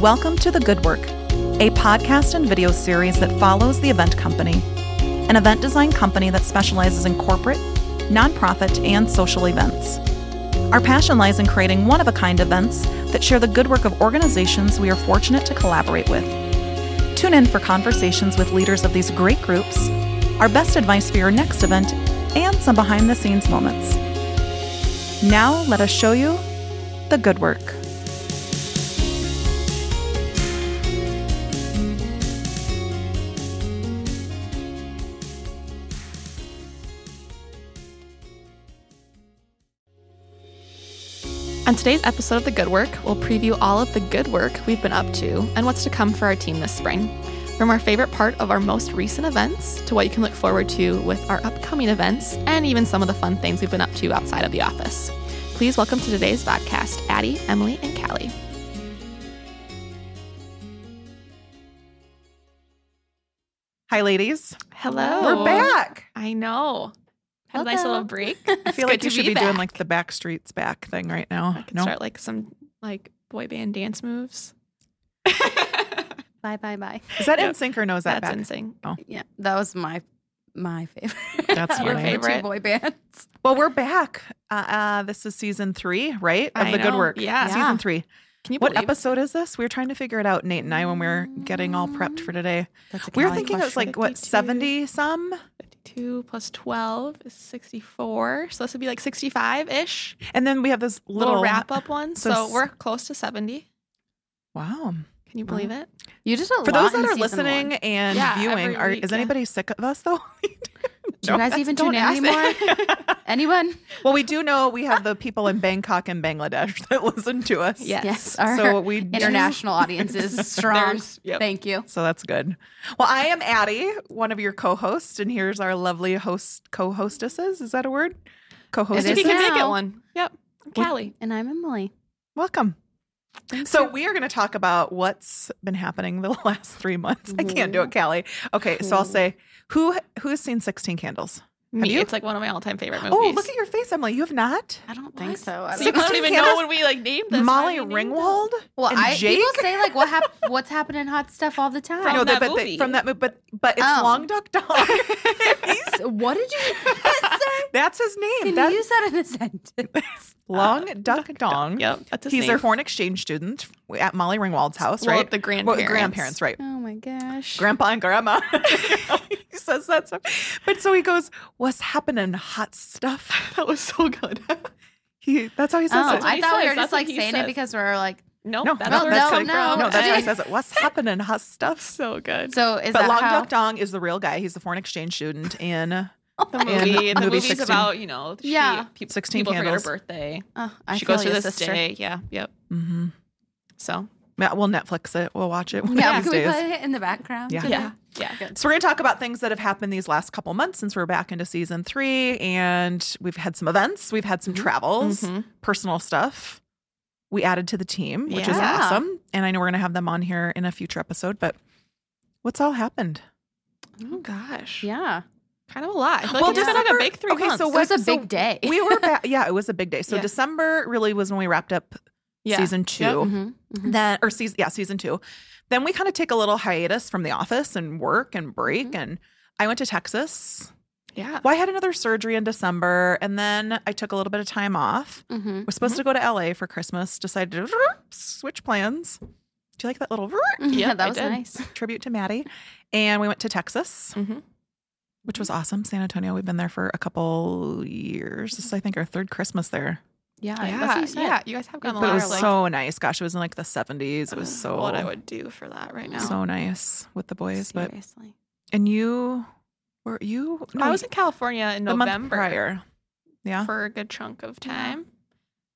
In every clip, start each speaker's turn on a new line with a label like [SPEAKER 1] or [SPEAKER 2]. [SPEAKER 1] Welcome to The Good Work, a podcast and video series that follows The Event Company, an event design company that specializes in corporate, nonprofit, and social events. Our passion lies in creating one of a kind events that share the good work of organizations we are fortunate to collaborate with. Tune in for conversations with leaders of these great groups, our best advice for your next event, and some behind the scenes moments. Now, let us show you the good work.
[SPEAKER 2] On today's episode of The Good Work, we'll preview all of the good work we've been up to and what's to come for our team this spring. From our favorite part of our most recent events to what you can look forward to with our upcoming events and even some of the fun things we've been up to outside of the office. Please welcome to today's podcast Addie, Emily, and Callie.
[SPEAKER 1] Hi, ladies.
[SPEAKER 2] Hello.
[SPEAKER 1] We're back.
[SPEAKER 2] I know. Had a nice
[SPEAKER 1] Hello.
[SPEAKER 2] little break.
[SPEAKER 1] I feel like you should be, doing like the Backstreets Back thing right
[SPEAKER 2] I
[SPEAKER 1] now.
[SPEAKER 2] could
[SPEAKER 1] No,
[SPEAKER 2] start like some like boy band dance moves.
[SPEAKER 3] Bye bye bye.
[SPEAKER 1] is that
[SPEAKER 2] Yep.
[SPEAKER 1] in sync or no? Is that
[SPEAKER 2] That's
[SPEAKER 1] back?
[SPEAKER 2] insane.
[SPEAKER 3] Yeah, that was my my favorite.
[SPEAKER 1] That's
[SPEAKER 3] Out of
[SPEAKER 2] your
[SPEAKER 3] the
[SPEAKER 2] favorite?
[SPEAKER 3] two boy bands.
[SPEAKER 1] Well, we're back. Uh, uh, this is season three, right? Of
[SPEAKER 2] I
[SPEAKER 1] the good
[SPEAKER 2] know.
[SPEAKER 1] work.
[SPEAKER 2] Yeah.
[SPEAKER 1] season
[SPEAKER 3] Yeah.
[SPEAKER 1] three.
[SPEAKER 2] Can you
[SPEAKER 1] What
[SPEAKER 2] believe
[SPEAKER 1] episode is this? We were trying to figure it out, Nate and I, when we were getting all prepped for today.
[SPEAKER 3] That's a
[SPEAKER 1] We were thinking it was like what
[SPEAKER 2] 52.
[SPEAKER 1] seventy some,
[SPEAKER 2] 52 plus 12 is 64. So this would be like 65 ish.
[SPEAKER 1] and then we have this
[SPEAKER 2] Little,
[SPEAKER 1] little,
[SPEAKER 2] wrap up one.
[SPEAKER 1] so
[SPEAKER 2] So,
[SPEAKER 1] s-
[SPEAKER 2] we're close to 70.
[SPEAKER 1] Wow.
[SPEAKER 2] Can you believe it?
[SPEAKER 3] You did a lot
[SPEAKER 1] For those that
[SPEAKER 3] in
[SPEAKER 1] are
[SPEAKER 3] season
[SPEAKER 1] listening
[SPEAKER 3] one.
[SPEAKER 1] and
[SPEAKER 2] Yeah,
[SPEAKER 1] viewing,
[SPEAKER 2] every
[SPEAKER 1] are,
[SPEAKER 2] week,
[SPEAKER 1] is
[SPEAKER 2] yeah.
[SPEAKER 1] anybody sick of us though?
[SPEAKER 3] do you guys even tune in anymore? Anyone?
[SPEAKER 1] well, we do know we have the people in Bangkok and Bangladesh that listen to us.
[SPEAKER 2] Yes.
[SPEAKER 3] Yes, our
[SPEAKER 1] So we do-
[SPEAKER 3] international audience is strong.
[SPEAKER 2] There's- yep.
[SPEAKER 3] Thank you.
[SPEAKER 1] So that's good. Well, I am Addie, one of your co-hosts, and here's our lovely host co-hostesses. Is that a word?
[SPEAKER 3] It
[SPEAKER 2] if
[SPEAKER 1] Co-hostesses.
[SPEAKER 2] you can
[SPEAKER 3] is
[SPEAKER 2] make it
[SPEAKER 3] now.
[SPEAKER 2] one. Yep. Callie.
[SPEAKER 3] And I'm Emily.
[SPEAKER 1] Welcome. So we are going to talk about what's been happening the last three months. I can't do it, Callie. Okay, so I'll say who who has seen Sixteen Candles?
[SPEAKER 2] Me.
[SPEAKER 1] you?
[SPEAKER 2] It's like one of my all time favorite movies.
[SPEAKER 1] Oh, look at your face, Emily. You have not.
[SPEAKER 3] I don't think
[SPEAKER 2] What?
[SPEAKER 3] so. I
[SPEAKER 2] See,
[SPEAKER 3] don't
[SPEAKER 2] I
[SPEAKER 3] know.
[SPEAKER 2] don't
[SPEAKER 1] 16
[SPEAKER 2] even know
[SPEAKER 1] candles?
[SPEAKER 2] when we like named this.
[SPEAKER 1] Molly
[SPEAKER 2] Why do we name
[SPEAKER 1] Ringwald.
[SPEAKER 3] Well,
[SPEAKER 1] and
[SPEAKER 3] I
[SPEAKER 1] Jake.
[SPEAKER 3] people say like what hap- what's happening hot stuff all the time.
[SPEAKER 2] From
[SPEAKER 1] no,
[SPEAKER 2] that
[SPEAKER 1] but they-
[SPEAKER 2] movie.
[SPEAKER 1] from that movie, but but it's
[SPEAKER 3] Oh.
[SPEAKER 1] Long Duck Dog.
[SPEAKER 3] So what did you say?
[SPEAKER 1] That's his name.
[SPEAKER 3] Can
[SPEAKER 1] That's
[SPEAKER 3] you use that in a sentence?
[SPEAKER 1] Long Duck Dong.
[SPEAKER 2] that? Yep. That's his
[SPEAKER 1] He's
[SPEAKER 2] name.
[SPEAKER 1] their foreign exchange student at Molly Ringwald's house,
[SPEAKER 2] Well,
[SPEAKER 1] right?
[SPEAKER 2] the
[SPEAKER 1] Well,
[SPEAKER 2] grandparents.
[SPEAKER 1] grandparents, right?
[SPEAKER 3] Oh my gosh.
[SPEAKER 1] Grandpa and grandma. he says that stuff. But so he goes, "What's happening? Hot stuff."
[SPEAKER 2] That was so good.
[SPEAKER 1] He. That's how he
[SPEAKER 3] oh,
[SPEAKER 1] says it.
[SPEAKER 2] what
[SPEAKER 3] I
[SPEAKER 2] he
[SPEAKER 3] thought we
[SPEAKER 2] says.
[SPEAKER 3] were
[SPEAKER 2] That's
[SPEAKER 3] just
[SPEAKER 2] what
[SPEAKER 3] like
[SPEAKER 2] he
[SPEAKER 3] saying
[SPEAKER 2] says.
[SPEAKER 3] it because we are like
[SPEAKER 2] No,
[SPEAKER 1] No,
[SPEAKER 2] that's
[SPEAKER 1] no,
[SPEAKER 2] where that's
[SPEAKER 1] that's how-
[SPEAKER 2] coming
[SPEAKER 3] no,
[SPEAKER 2] from.
[SPEAKER 1] no, that's how he
[SPEAKER 3] Okay.
[SPEAKER 1] says it. What's happening? Hot stuff.
[SPEAKER 2] so good.
[SPEAKER 3] so is
[SPEAKER 1] But
[SPEAKER 3] that
[SPEAKER 1] Long
[SPEAKER 3] how
[SPEAKER 1] Duck Dong is the real guy. He's the foreign exchange student in
[SPEAKER 2] the movie, the
[SPEAKER 1] movie
[SPEAKER 2] movie's
[SPEAKER 1] 16.
[SPEAKER 2] about you know, she,
[SPEAKER 3] Yeah.
[SPEAKER 2] peop-
[SPEAKER 1] 16
[SPEAKER 2] people
[SPEAKER 1] Candles.
[SPEAKER 2] forget her birthday.
[SPEAKER 3] Oh, I
[SPEAKER 2] she
[SPEAKER 3] feel
[SPEAKER 2] goes through
[SPEAKER 3] your
[SPEAKER 2] this
[SPEAKER 3] sister.
[SPEAKER 2] day. Yeah. Yep.
[SPEAKER 1] Mm-hmm.
[SPEAKER 2] So
[SPEAKER 1] Yeah, we'll Netflix it. We'll watch it one
[SPEAKER 3] Yeah,
[SPEAKER 1] of
[SPEAKER 3] can
[SPEAKER 1] these
[SPEAKER 3] we
[SPEAKER 1] days.
[SPEAKER 3] play it in the background?
[SPEAKER 1] Yeah.
[SPEAKER 3] today?
[SPEAKER 2] yeah. Yeah.
[SPEAKER 1] So we're going to talk about things that have happened these last couple months since we're back into season three, and we've had some events, we've had some travels,
[SPEAKER 2] Mhm.
[SPEAKER 1] personal stuff. We added to the team, which is
[SPEAKER 3] Yeah.
[SPEAKER 1] awesome, and I know we're going to have them on here in a future episode. But what's all happened?
[SPEAKER 2] Oh gosh.
[SPEAKER 3] Yeah.
[SPEAKER 2] Kind of a lot. I feel like
[SPEAKER 1] Well,
[SPEAKER 2] it's been like a
[SPEAKER 1] December-
[SPEAKER 2] big three
[SPEAKER 1] okay,
[SPEAKER 2] months.
[SPEAKER 1] so
[SPEAKER 3] It was
[SPEAKER 1] What-
[SPEAKER 3] a
[SPEAKER 1] so
[SPEAKER 3] big day.
[SPEAKER 1] We were back. Yeah, it was a big day. So
[SPEAKER 2] Yeah.
[SPEAKER 1] December really was when we wrapped up
[SPEAKER 2] yeah.
[SPEAKER 1] season two. Mm-hmm.
[SPEAKER 2] Yep. Mm-hmm.
[SPEAKER 3] Mhm, mhm.
[SPEAKER 1] then or season yeah season two then we kind of take a little hiatus from the office and work and break
[SPEAKER 2] Mm-hmm.
[SPEAKER 3] Mhm.
[SPEAKER 1] and i went to texas
[SPEAKER 2] Yeah.
[SPEAKER 1] well i had another surgery in december and then i took a little bit of time off
[SPEAKER 3] Mhm.
[SPEAKER 1] was
[SPEAKER 2] Mm-hmm.
[SPEAKER 1] supposed to go to la for christmas decided to switch plans do you like that little
[SPEAKER 3] Yeah,
[SPEAKER 2] I
[SPEAKER 3] Mm-hmm. that was
[SPEAKER 2] did.
[SPEAKER 3] nice.
[SPEAKER 1] tribute to maddie and we went to texas
[SPEAKER 2] Mm-hmm.
[SPEAKER 1] which was awesome san antonio we've been there for a couple years this is i think our third christmas there
[SPEAKER 3] Yeah,
[SPEAKER 2] Yeah.
[SPEAKER 3] that's what you said.
[SPEAKER 2] Yeah. You guys have gone a
[SPEAKER 1] but
[SPEAKER 2] lot.
[SPEAKER 1] it was
[SPEAKER 2] like,
[SPEAKER 1] so nice gosh it was in like the 70s it was
[SPEAKER 2] I
[SPEAKER 1] so
[SPEAKER 2] don't know what I would do for that right now.
[SPEAKER 1] so nice with the boys but
[SPEAKER 3] Seriously.
[SPEAKER 1] And you were you?
[SPEAKER 2] I was in California in
[SPEAKER 1] the month
[SPEAKER 2] November
[SPEAKER 1] prior. Yeah.
[SPEAKER 2] for a good chunk of time.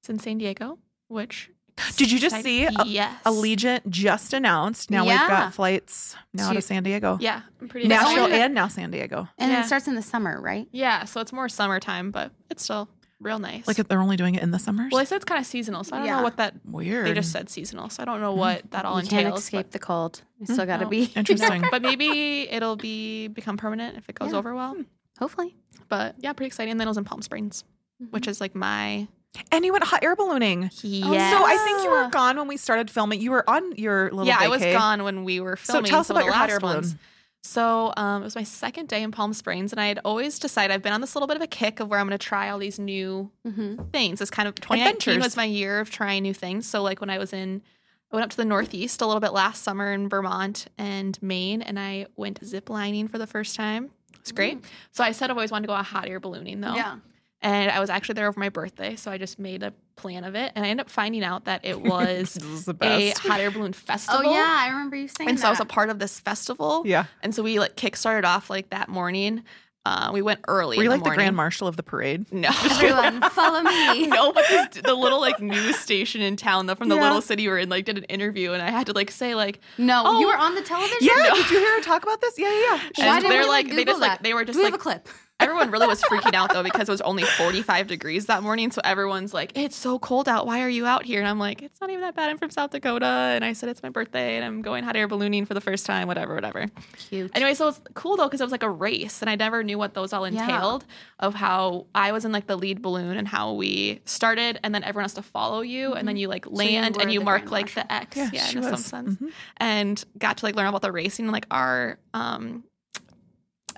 [SPEAKER 2] It's in San Diego, which
[SPEAKER 1] Did you just
[SPEAKER 2] excited-
[SPEAKER 1] see a-
[SPEAKER 2] yes.
[SPEAKER 1] Allegiant just announced. Now we've
[SPEAKER 3] Yeah.
[SPEAKER 1] got flights now to
[SPEAKER 2] To-
[SPEAKER 1] San Diego,
[SPEAKER 2] Yeah, Oh, I'm pretty
[SPEAKER 1] Nashville,
[SPEAKER 2] excited.
[SPEAKER 3] only-
[SPEAKER 1] and now San Diego.
[SPEAKER 3] And
[SPEAKER 2] Yeah.
[SPEAKER 3] it starts in the summer, right?
[SPEAKER 2] Yeah, so it's more summertime, but it's still real nice.
[SPEAKER 1] Like if they're only doing it in the summers.
[SPEAKER 2] well, they said it's kind of seasonal, so I don't
[SPEAKER 3] Yeah.
[SPEAKER 2] know what that.
[SPEAKER 1] Weird.
[SPEAKER 2] They just said seasonal, so I don't know what that all
[SPEAKER 3] you
[SPEAKER 2] entails.
[SPEAKER 3] can't escape the cold. You still got to
[SPEAKER 2] No.
[SPEAKER 3] be.
[SPEAKER 1] Interesting.
[SPEAKER 2] but, but maybe it'll be become permanent if it goes
[SPEAKER 3] Yeah.
[SPEAKER 2] over well.
[SPEAKER 3] Hopefully.
[SPEAKER 2] Mm-hmm. But yeah, pretty exciting. And then it was in Palm Springs, which is like my
[SPEAKER 1] And you went hot air ballooning.
[SPEAKER 3] Oh,
[SPEAKER 2] Oh, Yeah.
[SPEAKER 1] So I think you were gone when we started filming. You were on your little
[SPEAKER 2] yeah, I was
[SPEAKER 1] vacay.
[SPEAKER 2] gone when we were
[SPEAKER 1] So tell
[SPEAKER 2] filming.
[SPEAKER 1] us
[SPEAKER 2] some of
[SPEAKER 1] about your
[SPEAKER 2] the
[SPEAKER 1] hot
[SPEAKER 2] last
[SPEAKER 1] air balloon.
[SPEAKER 2] ones. So um, it was my second day in Palm Springs, and I had always decided I've been on this little bit of a kick of where I'm going to try all these new
[SPEAKER 3] Mm-hmm.
[SPEAKER 2] things. It's kind of 2019
[SPEAKER 1] Adventures.
[SPEAKER 2] was my year of trying new things. So like when I was in, I went up to the Northeast a little bit last summer in Vermont and Maine, and I went zip lining for the first time. It's great. So I said I've always wanted to go on hot air ballooning though.
[SPEAKER 3] Yeah.
[SPEAKER 2] And I was actually there over my birthday, so I just made a plan of it, and I ended up finding out that it was
[SPEAKER 1] This is the
[SPEAKER 2] a
[SPEAKER 1] best.
[SPEAKER 2] hot air balloon
[SPEAKER 3] Oh
[SPEAKER 2] festival.
[SPEAKER 3] yeah, I remember you saying
[SPEAKER 2] And
[SPEAKER 3] that.
[SPEAKER 2] so I was a part of this festival.
[SPEAKER 1] Yeah.
[SPEAKER 2] And so we like kickstarted off like that morning. Uh, we went early.
[SPEAKER 1] Were you
[SPEAKER 2] in
[SPEAKER 1] like the
[SPEAKER 2] morning.
[SPEAKER 1] grand marshal of the parade?
[SPEAKER 2] No.
[SPEAKER 3] Everyone, follow me.
[SPEAKER 2] no, but this, the little like news station in town, though, from the
[SPEAKER 1] Yeah.
[SPEAKER 2] little city we're in, like did an interview, and I had to like say like,
[SPEAKER 3] No,
[SPEAKER 2] Oh.
[SPEAKER 3] you were on the television.
[SPEAKER 1] Yeah. Did you hear her talk about this? Yeah, yeah. yeah.
[SPEAKER 3] Why
[SPEAKER 2] and
[SPEAKER 3] didn't
[SPEAKER 2] they're
[SPEAKER 3] we,
[SPEAKER 2] like,
[SPEAKER 3] like,
[SPEAKER 2] they
[SPEAKER 3] Google
[SPEAKER 2] just like
[SPEAKER 3] that?
[SPEAKER 2] they were just
[SPEAKER 3] Do we
[SPEAKER 2] like
[SPEAKER 3] have a clip?
[SPEAKER 2] everyone really was freaking out though because it was only 45 degrees that morning so everyone's like it's so cold out why are you out here and i'm like it's not even that bad i'm from south dakota and i said it's my birthday and i'm going hot air ballooning for the first time whatever whatever
[SPEAKER 3] Cute.
[SPEAKER 2] anyway so it's cool though because it was like a race and i never knew what those all
[SPEAKER 3] Yeah.
[SPEAKER 2] entailed of how i was in like the lead balloon and how we started and then everyone has to follow you and then you like land
[SPEAKER 3] were
[SPEAKER 2] and you
[SPEAKER 3] the
[SPEAKER 2] mark
[SPEAKER 3] grand
[SPEAKER 2] like the x
[SPEAKER 1] Yeah,
[SPEAKER 2] yeah,
[SPEAKER 1] she
[SPEAKER 2] in some
[SPEAKER 1] was.
[SPEAKER 2] sense and got to like learn about the racing and like our um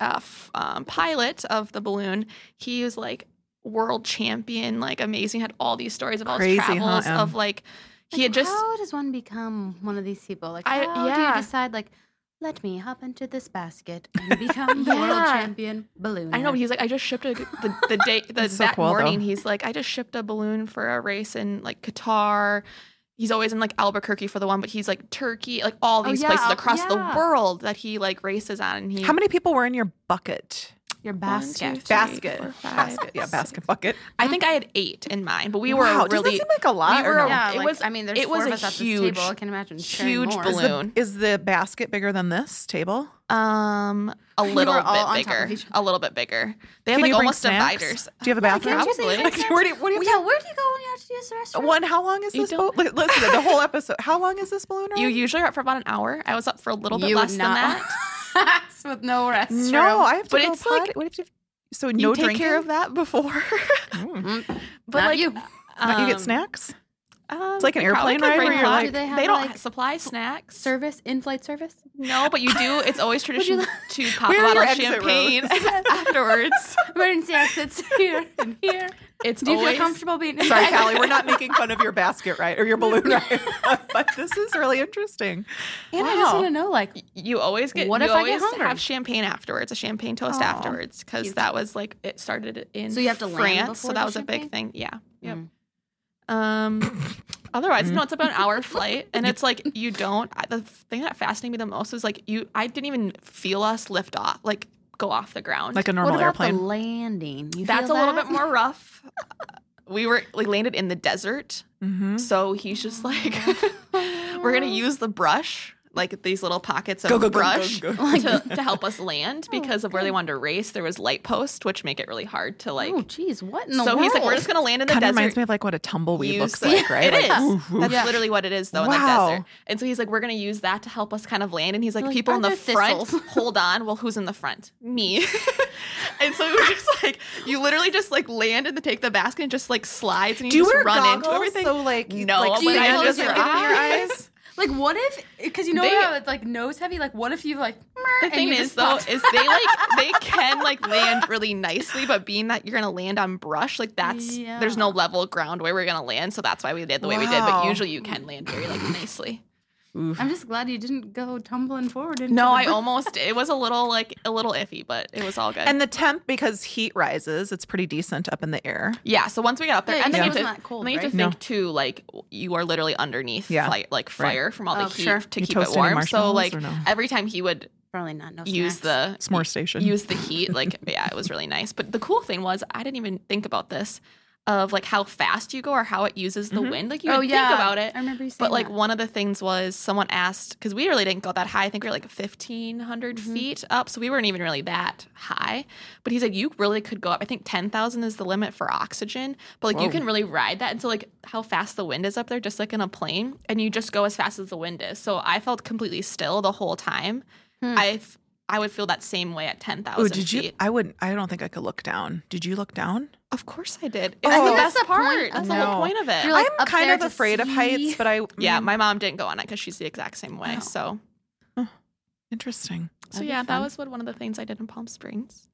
[SPEAKER 2] uh, f- um, pilot of the balloon, he was like world champion, like amazing. Had all these stories of all
[SPEAKER 1] Crazy,
[SPEAKER 2] his
[SPEAKER 1] huh,
[SPEAKER 2] travels
[SPEAKER 1] Em?
[SPEAKER 2] of like he had just
[SPEAKER 3] How does one become one of these people? Like,
[SPEAKER 2] I-
[SPEAKER 3] how do
[SPEAKER 2] yeah.
[SPEAKER 3] you decide? Like, let me hop into this basket and become the world
[SPEAKER 2] Yeah.
[SPEAKER 3] champion balloon.
[SPEAKER 2] I know he's like I just shipped a the, the day the,
[SPEAKER 1] That's so
[SPEAKER 2] that
[SPEAKER 1] cool, though.
[SPEAKER 2] morning he's like I just shipped a balloon for a race in like Qatar. He's always in like Albuquerque for the one, but he's like Turkey, like all
[SPEAKER 3] Oh,
[SPEAKER 2] these
[SPEAKER 3] yeah.
[SPEAKER 2] places across
[SPEAKER 3] Yeah.
[SPEAKER 2] the world that he like races on. And he
[SPEAKER 1] How many people were in your bucket?
[SPEAKER 3] your
[SPEAKER 2] One, two,
[SPEAKER 3] basket.
[SPEAKER 2] three,
[SPEAKER 1] Basket.
[SPEAKER 2] four, five,
[SPEAKER 1] basket. Yeah,
[SPEAKER 2] six.
[SPEAKER 1] basket bucket.
[SPEAKER 2] I think I had eight in mine, but we were
[SPEAKER 1] wow, does that
[SPEAKER 2] really
[SPEAKER 1] seem like a lot?
[SPEAKER 2] we
[SPEAKER 1] or
[SPEAKER 2] were-
[SPEAKER 1] no?
[SPEAKER 3] Yeah,
[SPEAKER 2] It
[SPEAKER 3] it
[SPEAKER 2] was-
[SPEAKER 3] was. I mean, there's
[SPEAKER 2] it
[SPEAKER 3] four
[SPEAKER 2] was
[SPEAKER 3] of
[SPEAKER 2] a
[SPEAKER 3] us at this
[SPEAKER 2] huge-
[SPEAKER 3] table. I can imagine sharing
[SPEAKER 2] huge
[SPEAKER 3] more.
[SPEAKER 2] balloon.
[SPEAKER 1] Is the basket bigger than this table?
[SPEAKER 2] Um, a
[SPEAKER 3] were
[SPEAKER 2] little
[SPEAKER 3] all on
[SPEAKER 2] bit
[SPEAKER 3] top of
[SPEAKER 2] bigger.
[SPEAKER 3] each
[SPEAKER 2] A little bit bigger. They have
[SPEAKER 1] Can
[SPEAKER 2] like
[SPEAKER 1] you bring
[SPEAKER 2] almost
[SPEAKER 1] snacks?
[SPEAKER 2] dividers.
[SPEAKER 1] Do you have a
[SPEAKER 3] Yeah,
[SPEAKER 1] bathroom?
[SPEAKER 3] can't you say
[SPEAKER 2] Probably.
[SPEAKER 3] you can-
[SPEAKER 1] where do you, what do you
[SPEAKER 3] Well,
[SPEAKER 1] have
[SPEAKER 3] yeah, where do you go when you have to use the
[SPEAKER 1] to,
[SPEAKER 3] restroom?
[SPEAKER 1] one? How long is
[SPEAKER 2] You
[SPEAKER 1] this?
[SPEAKER 2] don't-
[SPEAKER 1] Boat? Look, listen, the whole episode. How long is this balloon?
[SPEAKER 2] You
[SPEAKER 1] ride?
[SPEAKER 2] usually are up for about an hour. I was up for a little bit
[SPEAKER 3] You would
[SPEAKER 2] less than
[SPEAKER 3] not-
[SPEAKER 2] that.
[SPEAKER 3] That's with no restroom.
[SPEAKER 1] no, I have to
[SPEAKER 2] But
[SPEAKER 1] go
[SPEAKER 2] it's
[SPEAKER 1] potty.
[SPEAKER 2] like-
[SPEAKER 1] what if you, so
[SPEAKER 2] You
[SPEAKER 1] no
[SPEAKER 2] take
[SPEAKER 1] drinking?
[SPEAKER 2] care of that before.
[SPEAKER 1] Mm.
[SPEAKER 2] Mm-hmm. but
[SPEAKER 3] Not
[SPEAKER 2] like
[SPEAKER 3] you.
[SPEAKER 1] Don't you
[SPEAKER 2] um,
[SPEAKER 1] get snacks?
[SPEAKER 2] um,
[SPEAKER 1] It's like an
[SPEAKER 2] we probably
[SPEAKER 1] airplane
[SPEAKER 2] could
[SPEAKER 1] ride
[SPEAKER 2] bring
[SPEAKER 1] where you're
[SPEAKER 2] lunch.
[SPEAKER 1] like-
[SPEAKER 3] Do they
[SPEAKER 2] they,
[SPEAKER 3] have,
[SPEAKER 2] don't
[SPEAKER 3] like,
[SPEAKER 2] supply snacks.
[SPEAKER 3] service, in-flight service.
[SPEAKER 2] no, but you do. It's always tradition to pop a
[SPEAKER 1] Where are
[SPEAKER 2] bottle
[SPEAKER 1] your
[SPEAKER 2] of
[SPEAKER 1] exit
[SPEAKER 2] champagne afterwards.
[SPEAKER 3] Emergency exits here and here.
[SPEAKER 2] It's
[SPEAKER 3] Do you
[SPEAKER 2] always
[SPEAKER 3] feel comfortable being?
[SPEAKER 1] Sorry, Callie, we're not making fun of your basket ride or your balloon ride, but this is really interesting.
[SPEAKER 3] And I just
[SPEAKER 1] Wow.
[SPEAKER 3] want to know, like,
[SPEAKER 2] you always get.
[SPEAKER 3] What
[SPEAKER 2] you
[SPEAKER 3] if I get
[SPEAKER 2] always
[SPEAKER 3] hungry?
[SPEAKER 2] Have champagne afterwards, a champagne toast
[SPEAKER 1] Aw,
[SPEAKER 2] afterwards, because
[SPEAKER 3] cute.
[SPEAKER 2] that was like it started in.
[SPEAKER 3] So you have to land
[SPEAKER 2] France, so
[SPEAKER 3] before
[SPEAKER 2] that
[SPEAKER 3] the
[SPEAKER 2] was a big
[SPEAKER 3] champagne?
[SPEAKER 2] thing.
[SPEAKER 3] Mm.
[SPEAKER 2] Yeah. Yep. Um. Otherwise, no, it's about an
[SPEAKER 3] Mm.
[SPEAKER 2] hour flight, and it's like you don't. I, the thing that fascinated me the most is like you. I didn't even feel us lift off, like go off the ground.
[SPEAKER 1] Like a
[SPEAKER 3] what
[SPEAKER 1] normal
[SPEAKER 3] about the
[SPEAKER 1] airplane.
[SPEAKER 3] landing? You
[SPEAKER 2] that's a
[SPEAKER 3] feel
[SPEAKER 2] little
[SPEAKER 3] that?
[SPEAKER 2] bit more rough. we were we landed in the desert,
[SPEAKER 1] mm-hmm.
[SPEAKER 2] so he's just like, we're gonna use the brush, like these little pockets of
[SPEAKER 1] Go, go, go, go,
[SPEAKER 2] brush,
[SPEAKER 1] go. Oh,
[SPEAKER 2] To, to help us land because of where they wanted to race. There was light posts, which make it really hard to like.
[SPEAKER 3] Oh, geez, what in the
[SPEAKER 2] so
[SPEAKER 3] world?
[SPEAKER 2] he's like, we're just gonna land in the
[SPEAKER 1] Kind of
[SPEAKER 2] desert.
[SPEAKER 1] reminds me of like what a tumbleweed
[SPEAKER 2] use
[SPEAKER 1] looks
[SPEAKER 2] the-
[SPEAKER 1] like, right?
[SPEAKER 2] It is.
[SPEAKER 1] Like, woof, woof.
[SPEAKER 2] That's literally what it is, though, in
[SPEAKER 1] Wow.
[SPEAKER 2] the desert. And so he's like, we're going to use that to help us kind of land. And he's like,
[SPEAKER 3] Like,
[SPEAKER 2] people
[SPEAKER 3] are
[SPEAKER 2] in the
[SPEAKER 3] there
[SPEAKER 2] front,
[SPEAKER 3] thistles?
[SPEAKER 2] hold on. Well, who's in the front? Me. and so it was just like, you literally just like land and then take the basket and just like slides and you,
[SPEAKER 1] Do you
[SPEAKER 2] just
[SPEAKER 1] wear
[SPEAKER 2] run
[SPEAKER 1] goggles?
[SPEAKER 2] into everything.
[SPEAKER 1] So like, you-
[SPEAKER 2] No,
[SPEAKER 1] like
[SPEAKER 2] but I
[SPEAKER 1] sand
[SPEAKER 2] close
[SPEAKER 1] doesn't
[SPEAKER 2] your
[SPEAKER 1] get in your
[SPEAKER 2] eyes.
[SPEAKER 1] eyes.
[SPEAKER 3] Like, what if? Because you know
[SPEAKER 2] They-
[SPEAKER 3] how it's like nose heavy. Like, what if you like?
[SPEAKER 2] the thing is though is they like they can like land really nicely but being that you're gonna land on brush like that's there's no level ground where we're gonna land so that's why we did the way we did but
[SPEAKER 1] Wow.
[SPEAKER 2] usually you can land very like nicely
[SPEAKER 3] I'm just glad you didn't go tumbling forward. Into
[SPEAKER 2] no
[SPEAKER 3] the
[SPEAKER 2] i
[SPEAKER 3] br-
[SPEAKER 2] almost it was a little like a little iffy but it was all good
[SPEAKER 1] And the temp, because heat rises, it's pretty decent up in the air.
[SPEAKER 2] Yeah, so once we got up there,
[SPEAKER 3] Yeah,
[SPEAKER 2] and
[SPEAKER 3] you
[SPEAKER 2] then
[SPEAKER 3] said
[SPEAKER 2] you
[SPEAKER 3] it
[SPEAKER 2] have
[SPEAKER 3] was
[SPEAKER 2] to,
[SPEAKER 3] not cold,
[SPEAKER 2] then you have to
[SPEAKER 1] right?
[SPEAKER 2] think too, like you are literally underneath
[SPEAKER 1] Yeah.
[SPEAKER 2] fli- like fire from all the
[SPEAKER 3] Oh,
[SPEAKER 2] heat
[SPEAKER 3] sure.
[SPEAKER 2] to
[SPEAKER 1] You
[SPEAKER 2] keep it
[SPEAKER 1] toast any
[SPEAKER 2] warm. So
[SPEAKER 1] marshmallows
[SPEAKER 2] like
[SPEAKER 1] or no?
[SPEAKER 2] every time he would
[SPEAKER 3] Probably not. No
[SPEAKER 2] use
[SPEAKER 3] snacks.
[SPEAKER 2] the
[SPEAKER 1] S'more station.
[SPEAKER 2] use the heat, like yeah, it was really nice. But the cool thing was I didn't even think about this of like how fast you go or how it uses
[SPEAKER 1] Mm-hmm.
[SPEAKER 2] the wind. Like you would think about it.
[SPEAKER 3] Oh, I remember you saying
[SPEAKER 2] But like
[SPEAKER 3] that.
[SPEAKER 2] one of the things was someone asked because we really didn't go that high. I think we were like fifteen feet up, so we weren't even really that high. But he's like, you really could go up. I think ten thousand is the limit for oxygen, but like you can really ride that. And so like how fast the wind is up there, just like in a plane, and you just go as fast as the wind is. So I felt completely still the whole time. I I would feel that same way at 10,000
[SPEAKER 1] Oh, did you?
[SPEAKER 2] feet.
[SPEAKER 1] I wouldn't. I don't think I could look down. Did you look down?
[SPEAKER 2] Of course I did. It's
[SPEAKER 1] I think
[SPEAKER 2] the
[SPEAKER 1] that's
[SPEAKER 2] best
[SPEAKER 3] the
[SPEAKER 2] part.
[SPEAKER 3] point.
[SPEAKER 2] That's the
[SPEAKER 1] No.
[SPEAKER 2] whole point of it.
[SPEAKER 3] You're like-
[SPEAKER 1] I'm
[SPEAKER 3] up
[SPEAKER 1] kind
[SPEAKER 3] there
[SPEAKER 1] of
[SPEAKER 3] to
[SPEAKER 1] afraid of
[SPEAKER 3] see.
[SPEAKER 1] heights, but I
[SPEAKER 2] yeah,
[SPEAKER 1] mm,
[SPEAKER 2] my mom didn't go on it because she's the exact same way.
[SPEAKER 1] Oh.
[SPEAKER 2] So,
[SPEAKER 1] interesting.
[SPEAKER 2] so
[SPEAKER 3] That'd be
[SPEAKER 2] yeah, that
[SPEAKER 3] fun.
[SPEAKER 2] was what, one of the things I did in Palm Springs.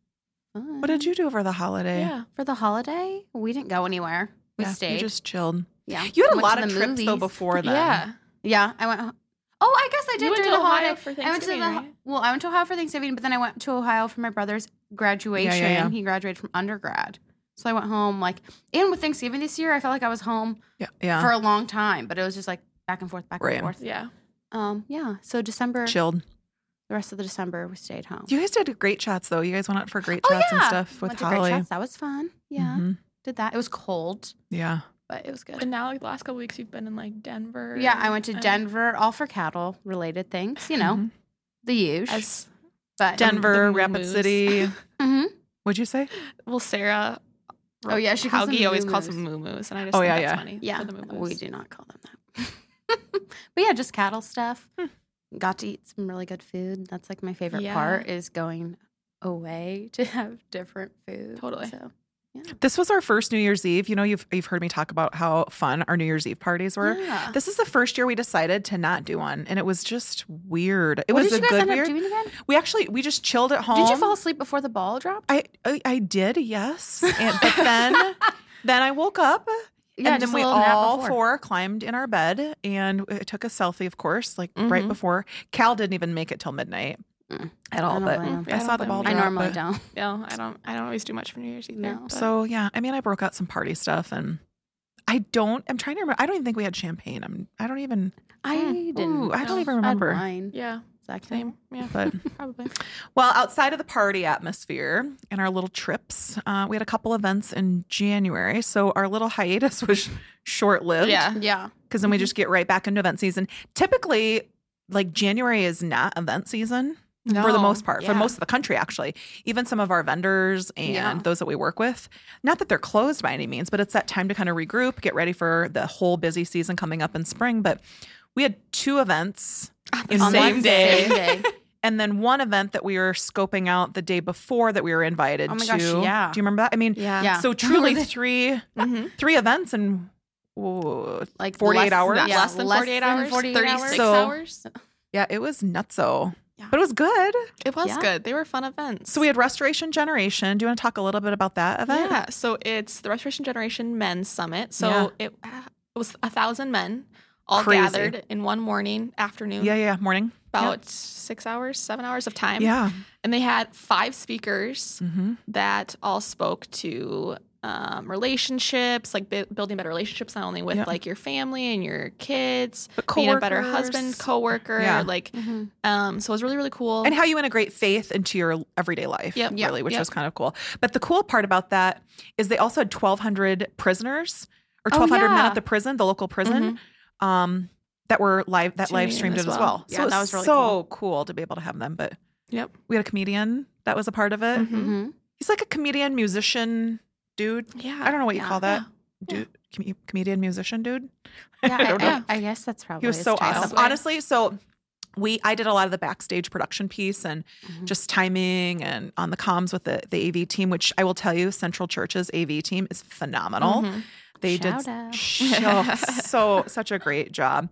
[SPEAKER 1] What
[SPEAKER 3] Mm-hmm.
[SPEAKER 1] did you do over the holiday?
[SPEAKER 2] Yeah.
[SPEAKER 3] for the holiday? We didn't go anywhere. We
[SPEAKER 1] Yeah,
[SPEAKER 3] stayed.
[SPEAKER 1] You just chilled.
[SPEAKER 3] yeah,
[SPEAKER 1] You had a
[SPEAKER 3] Went
[SPEAKER 1] lot
[SPEAKER 3] to
[SPEAKER 1] of
[SPEAKER 3] the
[SPEAKER 1] trips though
[SPEAKER 3] movies.
[SPEAKER 1] before then.
[SPEAKER 2] Yeah.
[SPEAKER 3] Yeah, I went. ho- Oh, I guess I did
[SPEAKER 2] You went
[SPEAKER 3] during
[SPEAKER 2] to
[SPEAKER 3] the
[SPEAKER 2] Ohio
[SPEAKER 3] holiday.
[SPEAKER 2] for
[SPEAKER 3] I went to the
[SPEAKER 2] Thanksgiving, right?
[SPEAKER 3] well. I went to Ohio for Thanksgiving, but then I went to Ohio for my brother's graduation.
[SPEAKER 1] yeah.
[SPEAKER 3] He graduated from undergrad, so I went home like. And with Thanksgiving this year, I felt like I was home
[SPEAKER 1] Yeah. yeah.
[SPEAKER 3] for a long time, but it was just like back and forth, back
[SPEAKER 1] Right.
[SPEAKER 3] and forth.
[SPEAKER 2] Yeah.
[SPEAKER 3] Um, yeah. So December,
[SPEAKER 1] chilled.
[SPEAKER 3] the rest of the December, we stayed home.
[SPEAKER 1] You guys did great shots though. You guys went out for great
[SPEAKER 3] Oh,
[SPEAKER 1] shots and
[SPEAKER 3] yeah.
[SPEAKER 1] stuff with
[SPEAKER 3] Went to Great
[SPEAKER 1] Holly.
[SPEAKER 3] Shots. That was fun. Yeah,
[SPEAKER 1] Mhm.
[SPEAKER 3] did that. It was cold,
[SPEAKER 1] Yeah.
[SPEAKER 3] but it was good.
[SPEAKER 2] And now, like the last couple weeks, you've been in like Denver.
[SPEAKER 3] Yeah, I went to
[SPEAKER 2] and-
[SPEAKER 3] Denver, all for cattle related things. You know,
[SPEAKER 1] Mhm.
[SPEAKER 3] the usual.
[SPEAKER 2] As
[SPEAKER 3] But
[SPEAKER 1] Denver,
[SPEAKER 2] the
[SPEAKER 1] Rapid
[SPEAKER 2] moo-moos.
[SPEAKER 1] City.
[SPEAKER 3] Mhm.
[SPEAKER 1] Would'd you say?
[SPEAKER 2] well, Sarah.
[SPEAKER 3] Oh, yeah, she calls
[SPEAKER 2] Haugie
[SPEAKER 3] them
[SPEAKER 2] always calls them
[SPEAKER 3] moo-moos.
[SPEAKER 2] moo-moos, and I just
[SPEAKER 1] Oh,
[SPEAKER 2] think
[SPEAKER 1] yeah,
[SPEAKER 2] that's
[SPEAKER 1] yeah.
[SPEAKER 2] funny.
[SPEAKER 3] Yeah,
[SPEAKER 2] for the moo-moos.
[SPEAKER 3] we do not call them that. but yeah, just cattle stuff. Got to eat some really good food. That's like my favorite
[SPEAKER 2] Yeah.
[SPEAKER 3] part is going away to have different food.
[SPEAKER 2] Totally.
[SPEAKER 3] So
[SPEAKER 1] This was our first New Year's Eve. You know, you've you've heard me talk about how fun our New Year's Eve parties were.
[SPEAKER 3] yeah.
[SPEAKER 1] This is the first year we decided to not do one, and it was just weird. It
[SPEAKER 3] what
[SPEAKER 1] was
[SPEAKER 3] did
[SPEAKER 1] a
[SPEAKER 3] you guys
[SPEAKER 1] good
[SPEAKER 3] end up
[SPEAKER 1] weird.
[SPEAKER 3] doing again?
[SPEAKER 1] we actually we just chilled at home.
[SPEAKER 3] Did you fall asleep before the ball dropped?
[SPEAKER 1] I, I I did, yes. And, but then then I woke up and then
[SPEAKER 3] just a
[SPEAKER 1] we
[SPEAKER 3] little nap
[SPEAKER 1] all
[SPEAKER 3] before.
[SPEAKER 1] four climbed in our bed and uh, took a selfie, of course, like right
[SPEAKER 3] Mm-hmm.
[SPEAKER 2] Mhm.
[SPEAKER 1] before. Cal didn't even make it till midnight
[SPEAKER 3] Mm.
[SPEAKER 1] at
[SPEAKER 3] I
[SPEAKER 1] all,
[SPEAKER 3] don't
[SPEAKER 1] but
[SPEAKER 3] blame him.
[SPEAKER 1] I
[SPEAKER 2] Yeah,
[SPEAKER 1] saw
[SPEAKER 2] I
[SPEAKER 1] the
[SPEAKER 2] don't
[SPEAKER 1] ball.
[SPEAKER 2] blame
[SPEAKER 3] I
[SPEAKER 1] drop,
[SPEAKER 3] normally
[SPEAKER 1] but-
[SPEAKER 3] don't.
[SPEAKER 2] No, I don't. I don't always do much for New Year's either.
[SPEAKER 3] No.
[SPEAKER 2] but-
[SPEAKER 1] So yeah, I mean, I broke out some party stuff, and I don't. I'm trying to remember. I don't even think we had champagne. I'm. I don't even.
[SPEAKER 3] I didn't.
[SPEAKER 1] Ooh, I don't
[SPEAKER 2] No.
[SPEAKER 3] I
[SPEAKER 1] even
[SPEAKER 3] had
[SPEAKER 1] remember.
[SPEAKER 3] wine.
[SPEAKER 2] yeah,
[SPEAKER 3] Zach did.
[SPEAKER 2] same. Yeah,
[SPEAKER 1] But
[SPEAKER 2] probably.
[SPEAKER 1] well, outside of the party atmosphere and our little trips, uh, we had a couple events in January, so our little hiatus was short lived.
[SPEAKER 2] Yeah.
[SPEAKER 3] Yeah.
[SPEAKER 1] because then we just get right back into event season. Typically, like January is not event season for the
[SPEAKER 2] No.
[SPEAKER 1] most part, for
[SPEAKER 2] Yeah.
[SPEAKER 1] most of the country, actually. Even some of our vendors and
[SPEAKER 3] Yeah.
[SPEAKER 1] those that we work with, not that they're closed by any means, but it's that time to kind of regroup, get ready for the whole busy season coming up in spring. But we had two events in
[SPEAKER 3] On
[SPEAKER 1] one
[SPEAKER 3] the
[SPEAKER 1] same
[SPEAKER 3] Same
[SPEAKER 1] day.
[SPEAKER 3] day.
[SPEAKER 1] And then one event that we were scoping out the day before that we were invited
[SPEAKER 3] Oh my
[SPEAKER 1] to.
[SPEAKER 3] gosh, yeah.
[SPEAKER 1] Do you remember that? I mean,
[SPEAKER 2] Yeah.
[SPEAKER 3] Yeah.
[SPEAKER 1] so truly three
[SPEAKER 2] Mhm.
[SPEAKER 1] three events and whoa,
[SPEAKER 3] Like
[SPEAKER 1] 48 hours?
[SPEAKER 2] Yeah,
[SPEAKER 1] Yeah,
[SPEAKER 2] less than forty-eight hours.
[SPEAKER 3] 48
[SPEAKER 2] Thirty-six
[SPEAKER 1] So-
[SPEAKER 2] hours.
[SPEAKER 1] Yeah, it was nutso.
[SPEAKER 3] Yeah.
[SPEAKER 1] But it was good.
[SPEAKER 2] It was
[SPEAKER 3] Yeah.
[SPEAKER 2] good. They were fun events.
[SPEAKER 1] So we had Restoration Generation. Do you want to talk a little bit about that event?
[SPEAKER 2] Yeah, so it's the Restoration Generation Men's Summit. So it, it was a thousand men all
[SPEAKER 1] Crazy.
[SPEAKER 2] gathered in one morning, afternoon,
[SPEAKER 1] Yeah, yeah, yeah. morning.
[SPEAKER 2] about six hours, seven hours of time.
[SPEAKER 1] yeah.
[SPEAKER 2] And they had five speakers
[SPEAKER 1] hmm
[SPEAKER 2] that all spoke to um, relationships, like bu- building better relationships, not only with
[SPEAKER 1] Yeah.
[SPEAKER 2] like your family and your kids,
[SPEAKER 1] But
[SPEAKER 2] being a better husband,
[SPEAKER 1] coworkers.
[SPEAKER 2] coworker,
[SPEAKER 1] Yeah. Mm-hmm.
[SPEAKER 2] like,
[SPEAKER 3] Mhm.
[SPEAKER 2] um, so it was really, really cool.
[SPEAKER 1] and how you integrate faith into your everyday life,
[SPEAKER 2] Yep.
[SPEAKER 1] really, which
[SPEAKER 2] Yep.
[SPEAKER 1] was kind of cool. But the cool part about that is they also had 1,200 prisoners or
[SPEAKER 3] Oh,
[SPEAKER 1] 1,200 men
[SPEAKER 3] yeah.
[SPEAKER 1] at the prison, the local prison, um, that were live that
[SPEAKER 2] Tuning in
[SPEAKER 1] live streamed
[SPEAKER 2] as
[SPEAKER 1] it as
[SPEAKER 2] well.
[SPEAKER 1] well.
[SPEAKER 3] Yeah,
[SPEAKER 1] so it
[SPEAKER 3] that was really
[SPEAKER 1] so
[SPEAKER 3] cool.
[SPEAKER 1] to be able to have them. But
[SPEAKER 2] yep.
[SPEAKER 1] we had a comedian that was a part of it.
[SPEAKER 2] Mhm.
[SPEAKER 3] Mhm.
[SPEAKER 1] He's like a comedian musician dude.
[SPEAKER 2] Yeah.
[SPEAKER 1] I don't know what you
[SPEAKER 3] Yeah.
[SPEAKER 1] call that.
[SPEAKER 2] Yeah.
[SPEAKER 1] Dude, com- comedian musician dude.
[SPEAKER 3] Yeah,
[SPEAKER 1] I don't know.
[SPEAKER 3] I, I guess that's probably
[SPEAKER 1] he was
[SPEAKER 3] his
[SPEAKER 1] so
[SPEAKER 3] title.
[SPEAKER 1] awesome
[SPEAKER 2] Right.
[SPEAKER 1] honestly so we i did a lot of the backstage production piece and
[SPEAKER 3] Mhm.
[SPEAKER 1] just timing and on the comms with the, the av team which i will tell you central church's av team is phenomenal
[SPEAKER 2] Mhm.
[SPEAKER 1] they
[SPEAKER 3] Mm-hmm. Shout
[SPEAKER 1] did
[SPEAKER 3] out.
[SPEAKER 1] so, so such a great job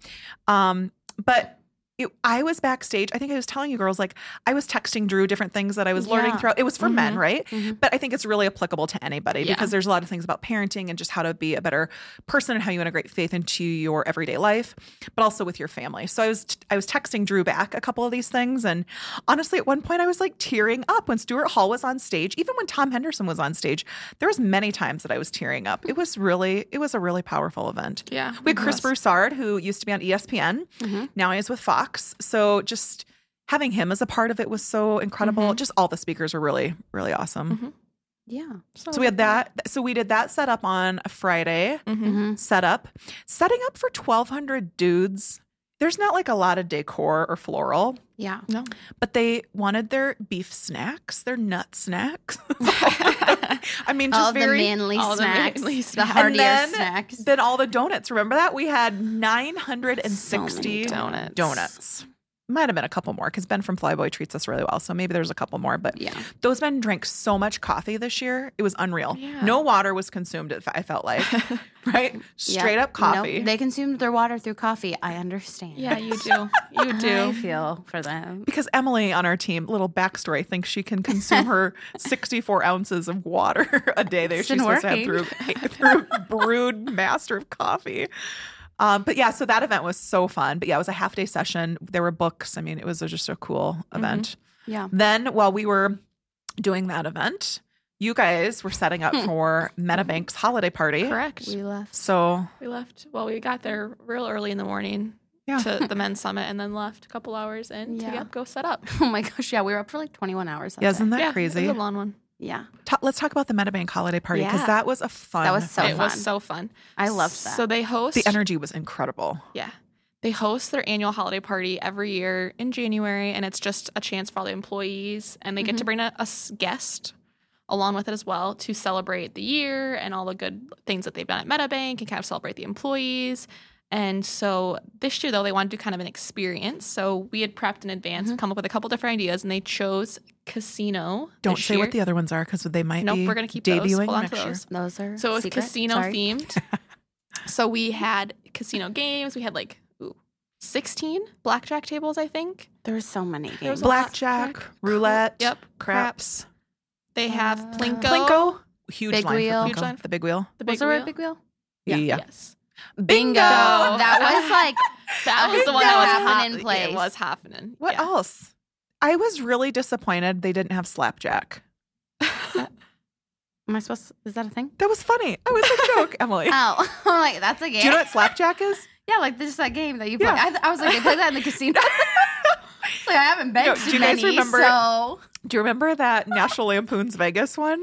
[SPEAKER 1] um but it, I was backstage. I think I was telling you girls, like, I was texting Drew different things that I was learning
[SPEAKER 3] Yeah.
[SPEAKER 1] throughout. It was for men,
[SPEAKER 2] Mhm.
[SPEAKER 1] right?
[SPEAKER 3] Mhm.
[SPEAKER 1] But I think it's really applicable to anybody
[SPEAKER 2] Yeah.
[SPEAKER 1] because there's a lot of things about parenting and just how to be a better person and how you integrate faith into your everyday life, but also with your family. So I was I was texting Drew back a couple of these things, and honestly, at one point I was like tearing up when Stuart Hall was on stage. Even when Tom Henderson was on stage, there was many times that I was tearing up. It was really it was a really powerful event.
[SPEAKER 2] Yeah.
[SPEAKER 1] We had Chris
[SPEAKER 2] Bruce.
[SPEAKER 1] Broussard, who used to be on E ESPN,
[SPEAKER 3] Mhm.
[SPEAKER 1] now he is with Fox. So just having him as a part of it was so incredible.
[SPEAKER 3] Mm-hmm.
[SPEAKER 1] Just all the speakers were really, really awesome.
[SPEAKER 2] Mhm.
[SPEAKER 3] Yeah.
[SPEAKER 1] So we had that. So we did that set up on a Friday.
[SPEAKER 2] hmm
[SPEAKER 1] Set up, setting up for twelve hundred dudes. There's not like a lot of decor or floral,
[SPEAKER 3] Yeah.
[SPEAKER 2] No.
[SPEAKER 1] but they wanted their beef snacks, their nut snacks. I mean, just
[SPEAKER 3] all
[SPEAKER 1] very.
[SPEAKER 3] the manly
[SPEAKER 2] all the
[SPEAKER 3] snacks, the,
[SPEAKER 2] manly snacks. And
[SPEAKER 3] heartier
[SPEAKER 1] then
[SPEAKER 3] snacks.
[SPEAKER 1] then all the donuts. Remember that we had nine hundred and
[SPEAKER 3] So many
[SPEAKER 1] sixty
[SPEAKER 2] donuts.
[SPEAKER 1] donuts. might have been a couple more because Ben from Flyboy treats us really well. So maybe there's a couple more, but
[SPEAKER 3] Yeah.
[SPEAKER 1] those men drank so much coffee this year. It was unreal.
[SPEAKER 2] Yeah.
[SPEAKER 1] No water was consumed, it fe- I felt like, right?
[SPEAKER 3] Yeah.
[SPEAKER 1] Straight up
[SPEAKER 3] Nope,
[SPEAKER 1] coffee.
[SPEAKER 3] they consumed their water through coffee. I understand.
[SPEAKER 2] Yeah, you do. You
[SPEAKER 3] I
[SPEAKER 2] do.
[SPEAKER 3] feel for them.
[SPEAKER 1] because Emily on our team, little backstory, thinks she can consume her 64 ounces of water a day. There,
[SPEAKER 3] It's
[SPEAKER 1] she's
[SPEAKER 3] been
[SPEAKER 1] supposed to have through, through brewed master of coffee. Um, but yeah, so that event was so fun. But yeah, it was a half day session. There were books. I mean, it was just a cool
[SPEAKER 2] Mm-hmm.
[SPEAKER 1] event.
[SPEAKER 3] Yeah.
[SPEAKER 1] Then while we were doing that event, you guys were setting up for MetaBank's holiday party.
[SPEAKER 2] Hmm. Correct.
[SPEAKER 3] We left.
[SPEAKER 1] So
[SPEAKER 2] We left. Well, we got there real early in the morning
[SPEAKER 1] Yeah.
[SPEAKER 2] to the men's summit, and then left a couple hours in to
[SPEAKER 3] Yeah.
[SPEAKER 2] get- go set up.
[SPEAKER 3] Oh my gosh. Yeah. We were up for like 21 hours. That
[SPEAKER 1] yeah,
[SPEAKER 3] day.
[SPEAKER 1] isn't that
[SPEAKER 2] yeah, It
[SPEAKER 1] crazy?
[SPEAKER 2] was a long one.
[SPEAKER 3] Yeah.
[SPEAKER 1] Ta- let's talk about the MetaBank holiday party because
[SPEAKER 3] Yeah.
[SPEAKER 1] that was a fun.
[SPEAKER 3] That was so
[SPEAKER 2] it
[SPEAKER 1] event.
[SPEAKER 3] fun.
[SPEAKER 2] was so fun.
[SPEAKER 3] I loved that.
[SPEAKER 2] So they host
[SPEAKER 1] The energy was incredible.
[SPEAKER 2] Yeah. They host their annual holiday party every year in January, and it's just a chance for all the employees, and they get
[SPEAKER 1] Mm-hmm.
[SPEAKER 2] to bring a, a s- guest along with it as well to celebrate the year and all the good things that they've done at MetaBank and kind of celebrate the employees. And so this year, though, they wanted to do kind of an experience. So we had prepped in advance
[SPEAKER 1] Mm-hmm.
[SPEAKER 2] and come up with a couple different ideas, and they chose casino.
[SPEAKER 1] Don't
[SPEAKER 2] this
[SPEAKER 1] say
[SPEAKER 2] year.
[SPEAKER 1] what the other ones are because they might
[SPEAKER 2] Nope,
[SPEAKER 1] be
[SPEAKER 2] we're gonna keep those.
[SPEAKER 1] debuting
[SPEAKER 2] Hold on to
[SPEAKER 1] next year.
[SPEAKER 2] those.
[SPEAKER 3] Those are
[SPEAKER 2] So it was
[SPEAKER 3] secret?
[SPEAKER 2] casino
[SPEAKER 3] Sorry.
[SPEAKER 2] themed. so we had casino games. We had like ooh, 16 blackjack tables, I think.
[SPEAKER 3] There were so many games.
[SPEAKER 2] There was a lot.
[SPEAKER 1] Blackjack,
[SPEAKER 2] Blackjack,
[SPEAKER 1] roulette,
[SPEAKER 2] cra- yep,
[SPEAKER 1] craps,
[SPEAKER 2] They have
[SPEAKER 3] Uh,
[SPEAKER 2] Plinko.
[SPEAKER 1] Plinko, huge
[SPEAKER 3] Big
[SPEAKER 1] line,
[SPEAKER 3] wheel.
[SPEAKER 1] For
[SPEAKER 2] Huge
[SPEAKER 1] Plinko.
[SPEAKER 2] line.
[SPEAKER 1] the big wheel.
[SPEAKER 2] The
[SPEAKER 3] was
[SPEAKER 2] big
[SPEAKER 3] there
[SPEAKER 2] wheel.
[SPEAKER 3] a big wheel?
[SPEAKER 1] Yeah, yeah.
[SPEAKER 2] Yes.
[SPEAKER 1] bingo.
[SPEAKER 3] That was like
[SPEAKER 2] That
[SPEAKER 3] I
[SPEAKER 2] was the
[SPEAKER 3] didn't
[SPEAKER 2] one that
[SPEAKER 3] know
[SPEAKER 2] was
[SPEAKER 3] happened
[SPEAKER 2] happening.
[SPEAKER 3] in
[SPEAKER 2] It
[SPEAKER 3] place. Oh.
[SPEAKER 2] was happening.
[SPEAKER 1] What
[SPEAKER 2] Yeah.
[SPEAKER 1] else? I was really disappointed they didn't have slapjack.
[SPEAKER 3] Am I supposed? To, is that a thing?
[SPEAKER 1] That was funny. I was a joke, Emily.
[SPEAKER 3] Oh, I'm like that's a
[SPEAKER 1] Do
[SPEAKER 3] game.
[SPEAKER 1] you know what slapjack is?
[SPEAKER 3] yeah, like this is that game that you play.
[SPEAKER 1] Yeah.
[SPEAKER 3] I, th- I was like, they play that in the casino. It's like I haven't been
[SPEAKER 1] No,
[SPEAKER 3] to
[SPEAKER 1] do you guys
[SPEAKER 3] many,
[SPEAKER 1] remember-
[SPEAKER 3] so
[SPEAKER 1] Do you remember that National Lampoon's Vegas one?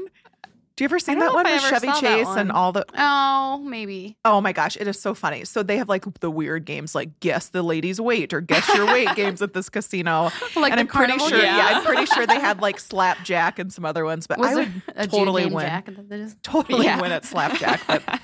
[SPEAKER 1] Do you ever seen
[SPEAKER 2] don't
[SPEAKER 1] that
[SPEAKER 2] know
[SPEAKER 1] one
[SPEAKER 2] if I
[SPEAKER 1] with
[SPEAKER 2] ever
[SPEAKER 1] Chevy
[SPEAKER 2] saw that
[SPEAKER 1] Chase and
[SPEAKER 2] one.
[SPEAKER 1] all the
[SPEAKER 3] oh maybe.
[SPEAKER 1] Oh my gosh, it is so funny. So they have like the weird games like guess the lady's weight or guess your weight games at this casino.
[SPEAKER 3] Like
[SPEAKER 1] and
[SPEAKER 3] the
[SPEAKER 1] I'm pretty
[SPEAKER 3] carnival
[SPEAKER 1] sure
[SPEAKER 2] game?
[SPEAKER 1] yeah, I'm pretty sure they had like slapjack and some other ones, but
[SPEAKER 3] Was
[SPEAKER 1] I
[SPEAKER 3] there
[SPEAKER 1] would
[SPEAKER 3] a dude
[SPEAKER 1] totally
[SPEAKER 3] named
[SPEAKER 1] win.
[SPEAKER 3] Jack that they just-
[SPEAKER 1] totally
[SPEAKER 2] Yeah.
[SPEAKER 1] win at slapjack. But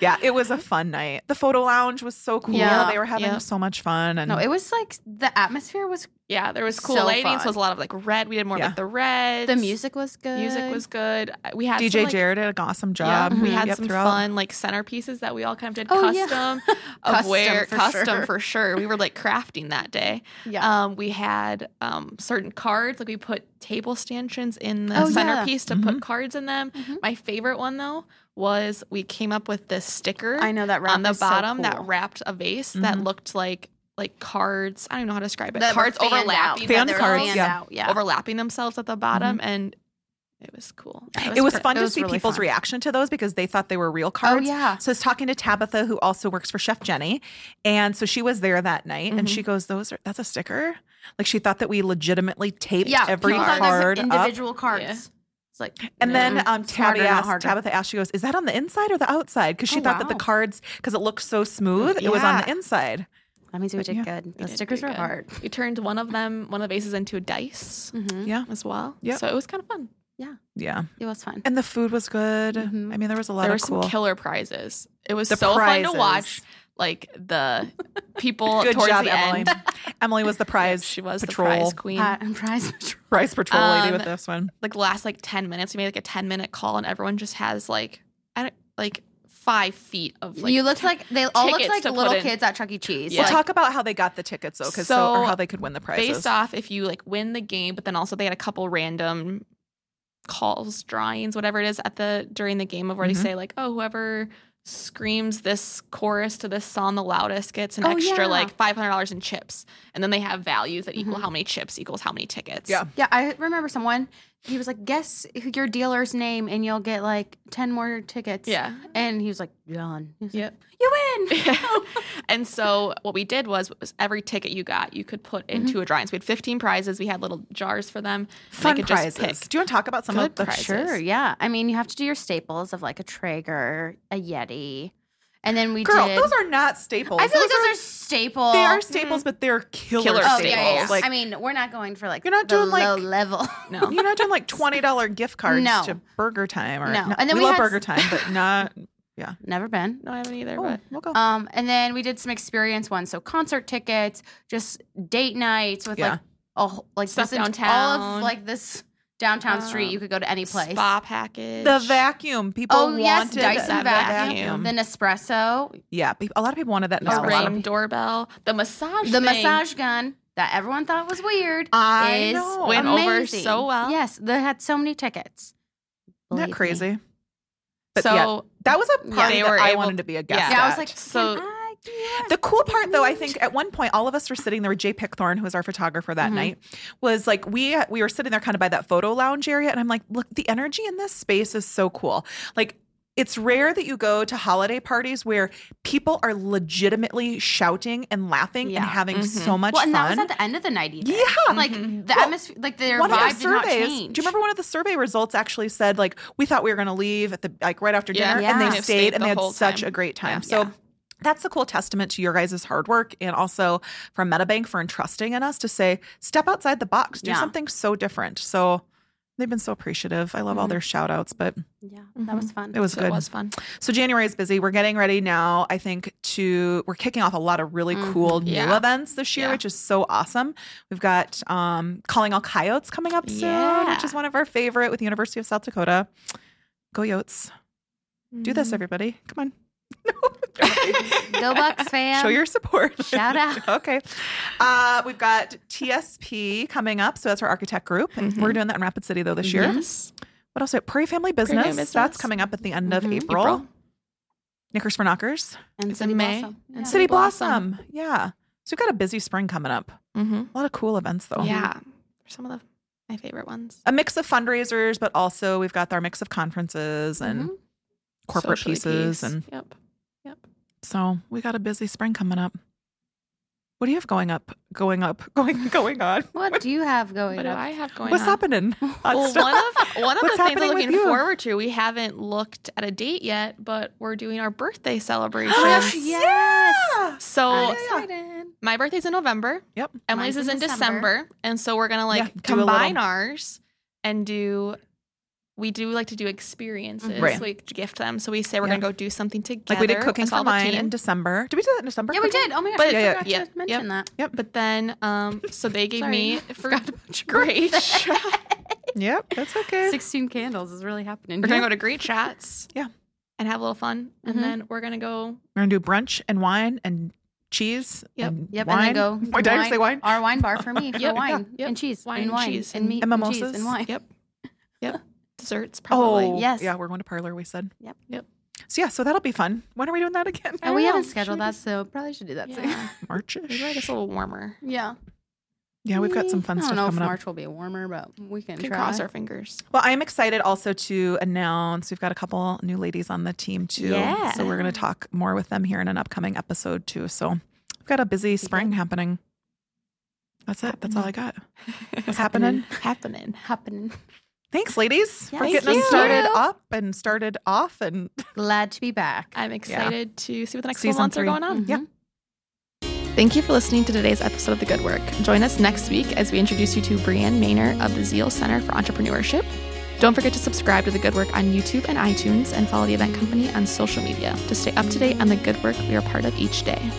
[SPEAKER 1] yeah, it was a fun night. The photo lounge was so cool.
[SPEAKER 3] Yeah,
[SPEAKER 1] they were having
[SPEAKER 2] yeah.
[SPEAKER 1] so much fun and
[SPEAKER 3] No, it was like the atmosphere was.
[SPEAKER 2] Yeah, there was cool
[SPEAKER 3] So
[SPEAKER 2] lighting. So
[SPEAKER 3] fun.
[SPEAKER 2] it was a lot of like red. We did more of,
[SPEAKER 1] Yeah.
[SPEAKER 2] like the red.
[SPEAKER 3] The music was good.
[SPEAKER 2] Music was good. We had some,
[SPEAKER 1] DJ
[SPEAKER 2] like,
[SPEAKER 1] Jared did an awesome
[SPEAKER 2] Yeah,
[SPEAKER 1] job.
[SPEAKER 2] we had
[SPEAKER 1] Yep,
[SPEAKER 2] some
[SPEAKER 1] throughout.
[SPEAKER 2] fun like centerpieces that we all kind of did
[SPEAKER 3] Mm-hmm. Oh, yeah.
[SPEAKER 2] custom of
[SPEAKER 3] Custom
[SPEAKER 2] where
[SPEAKER 3] for
[SPEAKER 2] custom
[SPEAKER 3] sure.
[SPEAKER 2] for sure. We were like crafting that day.
[SPEAKER 3] Yeah.
[SPEAKER 2] Um, we had um, certain cards like we put table stanchions in the
[SPEAKER 3] Oh, yeah.
[SPEAKER 2] centerpiece to
[SPEAKER 1] Mhm.
[SPEAKER 2] put cards in them.
[SPEAKER 3] Mhm.
[SPEAKER 2] My favorite one though was we came up with this sticker
[SPEAKER 3] I know that wrap
[SPEAKER 2] on the
[SPEAKER 3] is so
[SPEAKER 2] bottom that
[SPEAKER 3] cool.
[SPEAKER 2] wrapped a vase that
[SPEAKER 1] Mhm.
[SPEAKER 2] looked like like cards. I don't even know how to describe it.
[SPEAKER 3] That were
[SPEAKER 2] cards
[SPEAKER 3] fanned
[SPEAKER 2] overlapping
[SPEAKER 3] out.
[SPEAKER 1] Fan
[SPEAKER 3] They were
[SPEAKER 1] cards,
[SPEAKER 3] fanned
[SPEAKER 1] yeah.
[SPEAKER 3] out, yeah.
[SPEAKER 2] overlapping themselves at the bottom and it was cool.
[SPEAKER 1] it was
[SPEAKER 2] pretty-
[SPEAKER 1] fun
[SPEAKER 3] it
[SPEAKER 1] to
[SPEAKER 3] was
[SPEAKER 1] see
[SPEAKER 3] really
[SPEAKER 1] people's
[SPEAKER 3] fun. Oh,
[SPEAKER 1] reaction to those because they thought they were real Oh, cards.
[SPEAKER 3] yeah.
[SPEAKER 1] So I was talking to Tabitha, who also works for Chef Jenny, and so she was there that night, and she goes, "Those are that's a sticker." Like she thought that we legitimately taped
[SPEAKER 3] yeah,
[SPEAKER 1] every
[SPEAKER 3] you thought those were
[SPEAKER 1] card up.
[SPEAKER 3] individual cards.
[SPEAKER 2] Yeah.
[SPEAKER 3] It's like
[SPEAKER 1] And then
[SPEAKER 3] mm,
[SPEAKER 1] um,
[SPEAKER 3] smarter,
[SPEAKER 1] Tabby
[SPEAKER 3] not
[SPEAKER 1] asked,
[SPEAKER 3] harder.
[SPEAKER 1] Tabitha asked, she goes, Is that on the inside or the outside? Because she
[SPEAKER 3] Oh,
[SPEAKER 1] thought that the
[SPEAKER 3] wow.
[SPEAKER 1] cards, because it looked so smooth, it was on the
[SPEAKER 3] Yeah.
[SPEAKER 1] inside.
[SPEAKER 3] That means we did
[SPEAKER 1] yeah.
[SPEAKER 3] good. The
[SPEAKER 2] did
[SPEAKER 3] stickers
[SPEAKER 2] do
[SPEAKER 3] were
[SPEAKER 2] good.
[SPEAKER 3] hard.
[SPEAKER 2] We turned one of them, one of the vases, into a dice
[SPEAKER 3] Mm-hmm.
[SPEAKER 1] Yeah.
[SPEAKER 2] as well.
[SPEAKER 1] Yep.
[SPEAKER 2] So it was kind of fun.
[SPEAKER 1] Yeah.
[SPEAKER 3] It was fun.
[SPEAKER 1] And the food was good.
[SPEAKER 3] Mhm.
[SPEAKER 1] I mean, there was a lot
[SPEAKER 2] There were
[SPEAKER 1] of cool.
[SPEAKER 2] some killer prizes. It was
[SPEAKER 1] The
[SPEAKER 2] so fun
[SPEAKER 1] prizes.
[SPEAKER 2] to watch. Like the people
[SPEAKER 1] good
[SPEAKER 2] towards
[SPEAKER 1] job,
[SPEAKER 2] the
[SPEAKER 1] Emily.
[SPEAKER 2] end.
[SPEAKER 1] Emily was the prize.
[SPEAKER 2] She was
[SPEAKER 1] patrol,
[SPEAKER 2] the prize queen.
[SPEAKER 3] Pat and prize patrol.
[SPEAKER 1] prize patrol lady
[SPEAKER 2] Um,
[SPEAKER 1] with this one.
[SPEAKER 2] like the last like 10 minutes, we made like a 10 minute call and everyone just has like, I don't, like five feet of like.
[SPEAKER 3] you looked like they all looked
[SPEAKER 2] tickets
[SPEAKER 3] like
[SPEAKER 2] to put
[SPEAKER 3] little
[SPEAKER 2] in.
[SPEAKER 3] kids at Chuck E. Cheese.
[SPEAKER 2] Yeah.
[SPEAKER 1] We'll
[SPEAKER 3] Like,
[SPEAKER 1] talk about how they got the tickets though, because so, or
[SPEAKER 2] So,
[SPEAKER 1] how they could win the prizes.
[SPEAKER 2] based off if you like win the game, but then also they had a couple random calls, drawings, whatever it is at the during the game of where
[SPEAKER 1] Mhm.
[SPEAKER 2] they say like, oh, whoever screams this chorus to this song the loudest gets an
[SPEAKER 3] Oh,
[SPEAKER 2] extra
[SPEAKER 3] yeah.
[SPEAKER 2] like five hundred dollars in chips, and then they have values that equal
[SPEAKER 3] Mhm.
[SPEAKER 2] how many chips equals how many tickets.
[SPEAKER 1] Yeah.
[SPEAKER 3] yeah, I remember someone. He was like, "Guess who your dealer's name, and you'll get like ten more tickets."
[SPEAKER 2] yeah.
[SPEAKER 3] and he was like, "John." He was like,
[SPEAKER 2] Yep.
[SPEAKER 3] you win.
[SPEAKER 2] and so what we did was, was every ticket you got, you could put into a drawing. So we had 15 prizes. We had little jars for them. and they
[SPEAKER 1] fun
[SPEAKER 2] could
[SPEAKER 1] prizes.
[SPEAKER 2] just
[SPEAKER 1] Do you want to talk about some
[SPEAKER 2] Good
[SPEAKER 1] of the
[SPEAKER 2] prizes.
[SPEAKER 3] Sure, yeah. I mean, you have to do your staples of like a Traeger, a Yeti, and then we
[SPEAKER 1] Girl,
[SPEAKER 3] did.
[SPEAKER 1] those are not staples.
[SPEAKER 3] I feel
[SPEAKER 1] those
[SPEAKER 3] like those are, staples.
[SPEAKER 1] they are staples, but they're killer,
[SPEAKER 2] Killer
[SPEAKER 3] Oh
[SPEAKER 1] staples.
[SPEAKER 3] yeah, yeah, yeah.
[SPEAKER 1] Like
[SPEAKER 3] I mean, we're not going for like
[SPEAKER 1] You're not
[SPEAKER 3] the
[SPEAKER 1] doing, like-
[SPEAKER 3] low level.
[SPEAKER 2] No.
[SPEAKER 1] You're not doing like twenty dollar gift cards
[SPEAKER 3] No.
[SPEAKER 1] to Burger Time or
[SPEAKER 3] No. And then
[SPEAKER 1] we,
[SPEAKER 3] we
[SPEAKER 1] love
[SPEAKER 3] had-
[SPEAKER 1] Burger Time, but not Yeah.
[SPEAKER 3] Never been.
[SPEAKER 2] No, I haven't either.
[SPEAKER 1] Oh,
[SPEAKER 2] But
[SPEAKER 1] we'll go.
[SPEAKER 3] Um, and then we did some experience ones, so concert tickets, just date nights with
[SPEAKER 1] Yeah.
[SPEAKER 3] like a wh- like
[SPEAKER 2] Stuff
[SPEAKER 3] this ent- all
[SPEAKER 2] downtown.
[SPEAKER 3] of like this downtown street.
[SPEAKER 2] Um,
[SPEAKER 3] You could go to any place.
[SPEAKER 2] spa package.
[SPEAKER 1] the vacuum. People
[SPEAKER 3] oh yes,
[SPEAKER 1] wanted
[SPEAKER 3] Dyson
[SPEAKER 1] that
[SPEAKER 2] that
[SPEAKER 3] vacuum, Oh,
[SPEAKER 2] vacuum.
[SPEAKER 3] the Nespresso,
[SPEAKER 1] yeah, pe- a lot of people wanted that.
[SPEAKER 2] a
[SPEAKER 1] Nespresso.
[SPEAKER 3] lot of
[SPEAKER 2] ring doorbell. The massage.
[SPEAKER 3] the
[SPEAKER 2] thing
[SPEAKER 3] massage gun that everyone thought was weird.
[SPEAKER 1] I
[SPEAKER 3] is
[SPEAKER 1] know.
[SPEAKER 2] Went over
[SPEAKER 3] amazing.
[SPEAKER 2] so well.
[SPEAKER 3] Yes, they had so many tickets.
[SPEAKER 1] Isn't
[SPEAKER 3] Believe
[SPEAKER 1] that
[SPEAKER 3] me.
[SPEAKER 1] crazy? But
[SPEAKER 2] so
[SPEAKER 1] yeah, that was a
[SPEAKER 3] Yeah.
[SPEAKER 1] party
[SPEAKER 2] They
[SPEAKER 1] that
[SPEAKER 2] were
[SPEAKER 1] I
[SPEAKER 2] able
[SPEAKER 1] wanted
[SPEAKER 2] to-
[SPEAKER 1] to be a guest.
[SPEAKER 2] yeah.
[SPEAKER 3] Yeah, I was
[SPEAKER 1] at.
[SPEAKER 3] like,
[SPEAKER 2] So-
[SPEAKER 3] so. I get
[SPEAKER 1] The cool part, though, I think at one point all of us were sitting there. Jay Pickthorn, who was our photographer that
[SPEAKER 3] Mhm.
[SPEAKER 1] night, was like we we were sitting there kind of by that photo lounge area, and I'm like, look, the energy in this space is so cool. Like, it's rare that you go to holiday parties where people are legitimately shouting and laughing
[SPEAKER 3] Yeah. Mm-hmm.
[SPEAKER 1] and having
[SPEAKER 2] Mhm.
[SPEAKER 1] so much
[SPEAKER 3] well, and that
[SPEAKER 1] fun.
[SPEAKER 3] was at the end of the night. Either.
[SPEAKER 1] Yeah.
[SPEAKER 3] like
[SPEAKER 2] Mhm.
[SPEAKER 3] the
[SPEAKER 1] Well,
[SPEAKER 3] atmosphere, like their
[SPEAKER 1] one
[SPEAKER 3] vibe
[SPEAKER 1] of the
[SPEAKER 3] did not
[SPEAKER 1] surveys.
[SPEAKER 3] change.
[SPEAKER 1] Do you remember one of the survey results actually said like we thought we were going to leave at the like right after
[SPEAKER 2] Yeah.
[SPEAKER 1] dinner,
[SPEAKER 3] Yeah.
[SPEAKER 1] and they
[SPEAKER 3] And
[SPEAKER 1] stayed,
[SPEAKER 2] they've stayed
[SPEAKER 1] and
[SPEAKER 2] the
[SPEAKER 1] they had
[SPEAKER 2] whole
[SPEAKER 1] such
[SPEAKER 2] time.
[SPEAKER 1] a great time.
[SPEAKER 2] Yeah.
[SPEAKER 1] So.
[SPEAKER 3] Yeah.
[SPEAKER 1] That's a cool testament to your guys' hard work and also from MetaBank for entrusting in us to say, step outside the box, do
[SPEAKER 3] Yeah.
[SPEAKER 1] something so different. So they've been so appreciative. I love all
[SPEAKER 3] Mhm.
[SPEAKER 1] their shout outs, but
[SPEAKER 3] Yeah,
[SPEAKER 2] Mhm.
[SPEAKER 3] that was fun.
[SPEAKER 1] Mm-hmm. it was
[SPEAKER 2] So
[SPEAKER 1] good.
[SPEAKER 2] It was fun.
[SPEAKER 1] So January is busy. We're getting ready now, I think, to we're kicking off a lot of really
[SPEAKER 3] Mhm.
[SPEAKER 1] cool new
[SPEAKER 2] Mm-hmm. Yeah.
[SPEAKER 1] events this year,
[SPEAKER 2] Yeah.
[SPEAKER 1] which is so awesome. We've got um Calling All Coyotes coming up soon,
[SPEAKER 2] Yeah.
[SPEAKER 1] which is one of our favorite with the University of South Dakota. Go Yotes. Do this,
[SPEAKER 2] Mm-hmm.
[SPEAKER 1] everybody. Come on.
[SPEAKER 3] Go Bucks fam.
[SPEAKER 1] Show your support.
[SPEAKER 3] Shout out.
[SPEAKER 1] okay. Uh, we've got TSP coming up. So that's our architect group.
[SPEAKER 2] Mhm.
[SPEAKER 1] We're doing that in Rapid City, though, this year.
[SPEAKER 2] Yes.
[SPEAKER 1] What else? Prairie Family Business.
[SPEAKER 2] Business. Mm-hmm.
[SPEAKER 1] That's coming up at the end of
[SPEAKER 3] Mhm.
[SPEAKER 1] April.
[SPEAKER 2] April.
[SPEAKER 1] Knickers for Knockers.
[SPEAKER 3] and
[SPEAKER 2] It's
[SPEAKER 3] City
[SPEAKER 2] in May.
[SPEAKER 3] Blossom.
[SPEAKER 2] And
[SPEAKER 3] Yeah.
[SPEAKER 2] City
[SPEAKER 1] City Blossom.
[SPEAKER 2] Blossom.
[SPEAKER 1] Yeah. So we've got a busy spring coming up.
[SPEAKER 2] Mm-hmm.
[SPEAKER 1] A lot of cool events, though.
[SPEAKER 2] Yeah. Some of the my favorite ones.
[SPEAKER 1] A mix of fundraisers, but also we've got our mix of conferences and
[SPEAKER 3] Mhm.
[SPEAKER 1] corporate
[SPEAKER 2] Socially
[SPEAKER 1] pieces.
[SPEAKER 2] Mm-hmm. piece.
[SPEAKER 1] And
[SPEAKER 2] yep. Yep.
[SPEAKER 1] so we got a busy spring coming up. What do you have going up? Going up? Going going on?
[SPEAKER 3] What do you have going
[SPEAKER 2] What do
[SPEAKER 3] on?
[SPEAKER 2] I have going
[SPEAKER 1] What's
[SPEAKER 2] on?
[SPEAKER 1] happening?
[SPEAKER 2] Well, one of one of
[SPEAKER 1] What's
[SPEAKER 2] the things
[SPEAKER 1] happening
[SPEAKER 2] I'm
[SPEAKER 1] with
[SPEAKER 2] looking
[SPEAKER 1] you?
[SPEAKER 2] forward to, we haven't looked at a date yet, but we're doing our
[SPEAKER 1] Oh
[SPEAKER 2] birthday celebration.
[SPEAKER 3] gosh, yes.
[SPEAKER 1] Yeah.
[SPEAKER 3] I'm
[SPEAKER 2] So
[SPEAKER 3] excited.
[SPEAKER 2] my birthday's in November.
[SPEAKER 1] Yep.
[SPEAKER 2] Emily's
[SPEAKER 3] Mine's
[SPEAKER 2] is
[SPEAKER 3] in
[SPEAKER 2] in
[SPEAKER 3] December.
[SPEAKER 2] December. And so we're gonna like
[SPEAKER 1] Yeah, do a
[SPEAKER 2] combine
[SPEAKER 1] little-
[SPEAKER 2] ours and do we do like to do experiences.
[SPEAKER 3] Mhm.
[SPEAKER 1] Right.
[SPEAKER 2] We gift them. So we say we're
[SPEAKER 1] Mm-hmm. Yeah.
[SPEAKER 2] gonna go do something together.
[SPEAKER 1] Like we did cooking
[SPEAKER 2] as
[SPEAKER 1] for
[SPEAKER 2] all the
[SPEAKER 1] mine
[SPEAKER 2] team.
[SPEAKER 1] in December. Did we do that in December?
[SPEAKER 3] Yeah, we
[SPEAKER 1] Cooking?
[SPEAKER 3] did. Oh my gosh,
[SPEAKER 2] But-
[SPEAKER 3] I
[SPEAKER 1] Yeah, yeah,
[SPEAKER 3] forgot
[SPEAKER 2] yeah.
[SPEAKER 3] to mention that.
[SPEAKER 2] But then, um, so they gave
[SPEAKER 3] Sorry.
[SPEAKER 2] me for great shot.
[SPEAKER 1] Yep, that's okay.
[SPEAKER 3] 16 candles is really happening.
[SPEAKER 2] We're gonna go to great shots,
[SPEAKER 1] Yeah. Mm-hmm.
[SPEAKER 2] and have a little fun,
[SPEAKER 3] Mhm.
[SPEAKER 2] and then we're gonna go.
[SPEAKER 1] We're gonna do brunch and wine and cheese.
[SPEAKER 2] Yep.
[SPEAKER 1] and
[SPEAKER 3] Yep,
[SPEAKER 1] wine.
[SPEAKER 3] and then go.
[SPEAKER 1] Wait, did I
[SPEAKER 3] wine,
[SPEAKER 1] just say wine?
[SPEAKER 3] Our wine bar for me for
[SPEAKER 2] Yep.
[SPEAKER 3] wine
[SPEAKER 2] Yeah.
[SPEAKER 3] and cheese,
[SPEAKER 2] Wine
[SPEAKER 3] and
[SPEAKER 2] and
[SPEAKER 3] wine
[SPEAKER 2] cheese
[SPEAKER 3] and meat
[SPEAKER 1] and
[SPEAKER 3] cheese
[SPEAKER 1] mimosas.
[SPEAKER 3] and wine.
[SPEAKER 2] Yep, yep. Desserts probably.
[SPEAKER 1] Oh,
[SPEAKER 3] yes.
[SPEAKER 1] Yeah, we're going to parlor. We said.
[SPEAKER 3] Yep.
[SPEAKER 2] Yep.
[SPEAKER 1] So yeah, so that'll be fun. When are we doing that again?
[SPEAKER 2] I
[SPEAKER 3] And we
[SPEAKER 2] don't know.
[SPEAKER 3] haven't scheduled
[SPEAKER 2] Should
[SPEAKER 3] that, so probably should do that soon.
[SPEAKER 2] Yeah.
[SPEAKER 1] Marchish.
[SPEAKER 2] Maybe like it's a little warmer.
[SPEAKER 3] Yeah.
[SPEAKER 1] Yeah, we've got some
[SPEAKER 3] I
[SPEAKER 1] fun
[SPEAKER 3] don't
[SPEAKER 1] stuff
[SPEAKER 3] know if
[SPEAKER 1] coming up.
[SPEAKER 3] March will be warmer, but we can,
[SPEAKER 2] We can
[SPEAKER 3] try.
[SPEAKER 2] cross our fingers.
[SPEAKER 1] Well, I'm excited also to announce we've got a couple new ladies on the team too.
[SPEAKER 3] Yeah.
[SPEAKER 1] So we're going to talk more with them here in an upcoming episode too. So we've got a busy spring happening. That's it. That's all I got. What's happening?
[SPEAKER 2] Happening.
[SPEAKER 3] happening.
[SPEAKER 1] Thanks, ladies, for
[SPEAKER 3] Yes,
[SPEAKER 1] getting
[SPEAKER 2] thank
[SPEAKER 1] us started
[SPEAKER 3] you.
[SPEAKER 1] up and started off. And
[SPEAKER 3] Glad to be back.
[SPEAKER 2] I'm excited to see what the next
[SPEAKER 1] Season
[SPEAKER 2] four months
[SPEAKER 1] three. Mm-hmm.
[SPEAKER 2] are going on.
[SPEAKER 3] Mhm.
[SPEAKER 1] yeah.
[SPEAKER 2] Thank you for listening to today's episode of The Good Work. Join us next week as we introduce you to Brianne Maynor of the Zeal Center for Entrepreneurship. Don't forget to subscribe to The Good Work on YouTube and iTunes and follow the event company on social media to stay up to date on the good work we are part of each day.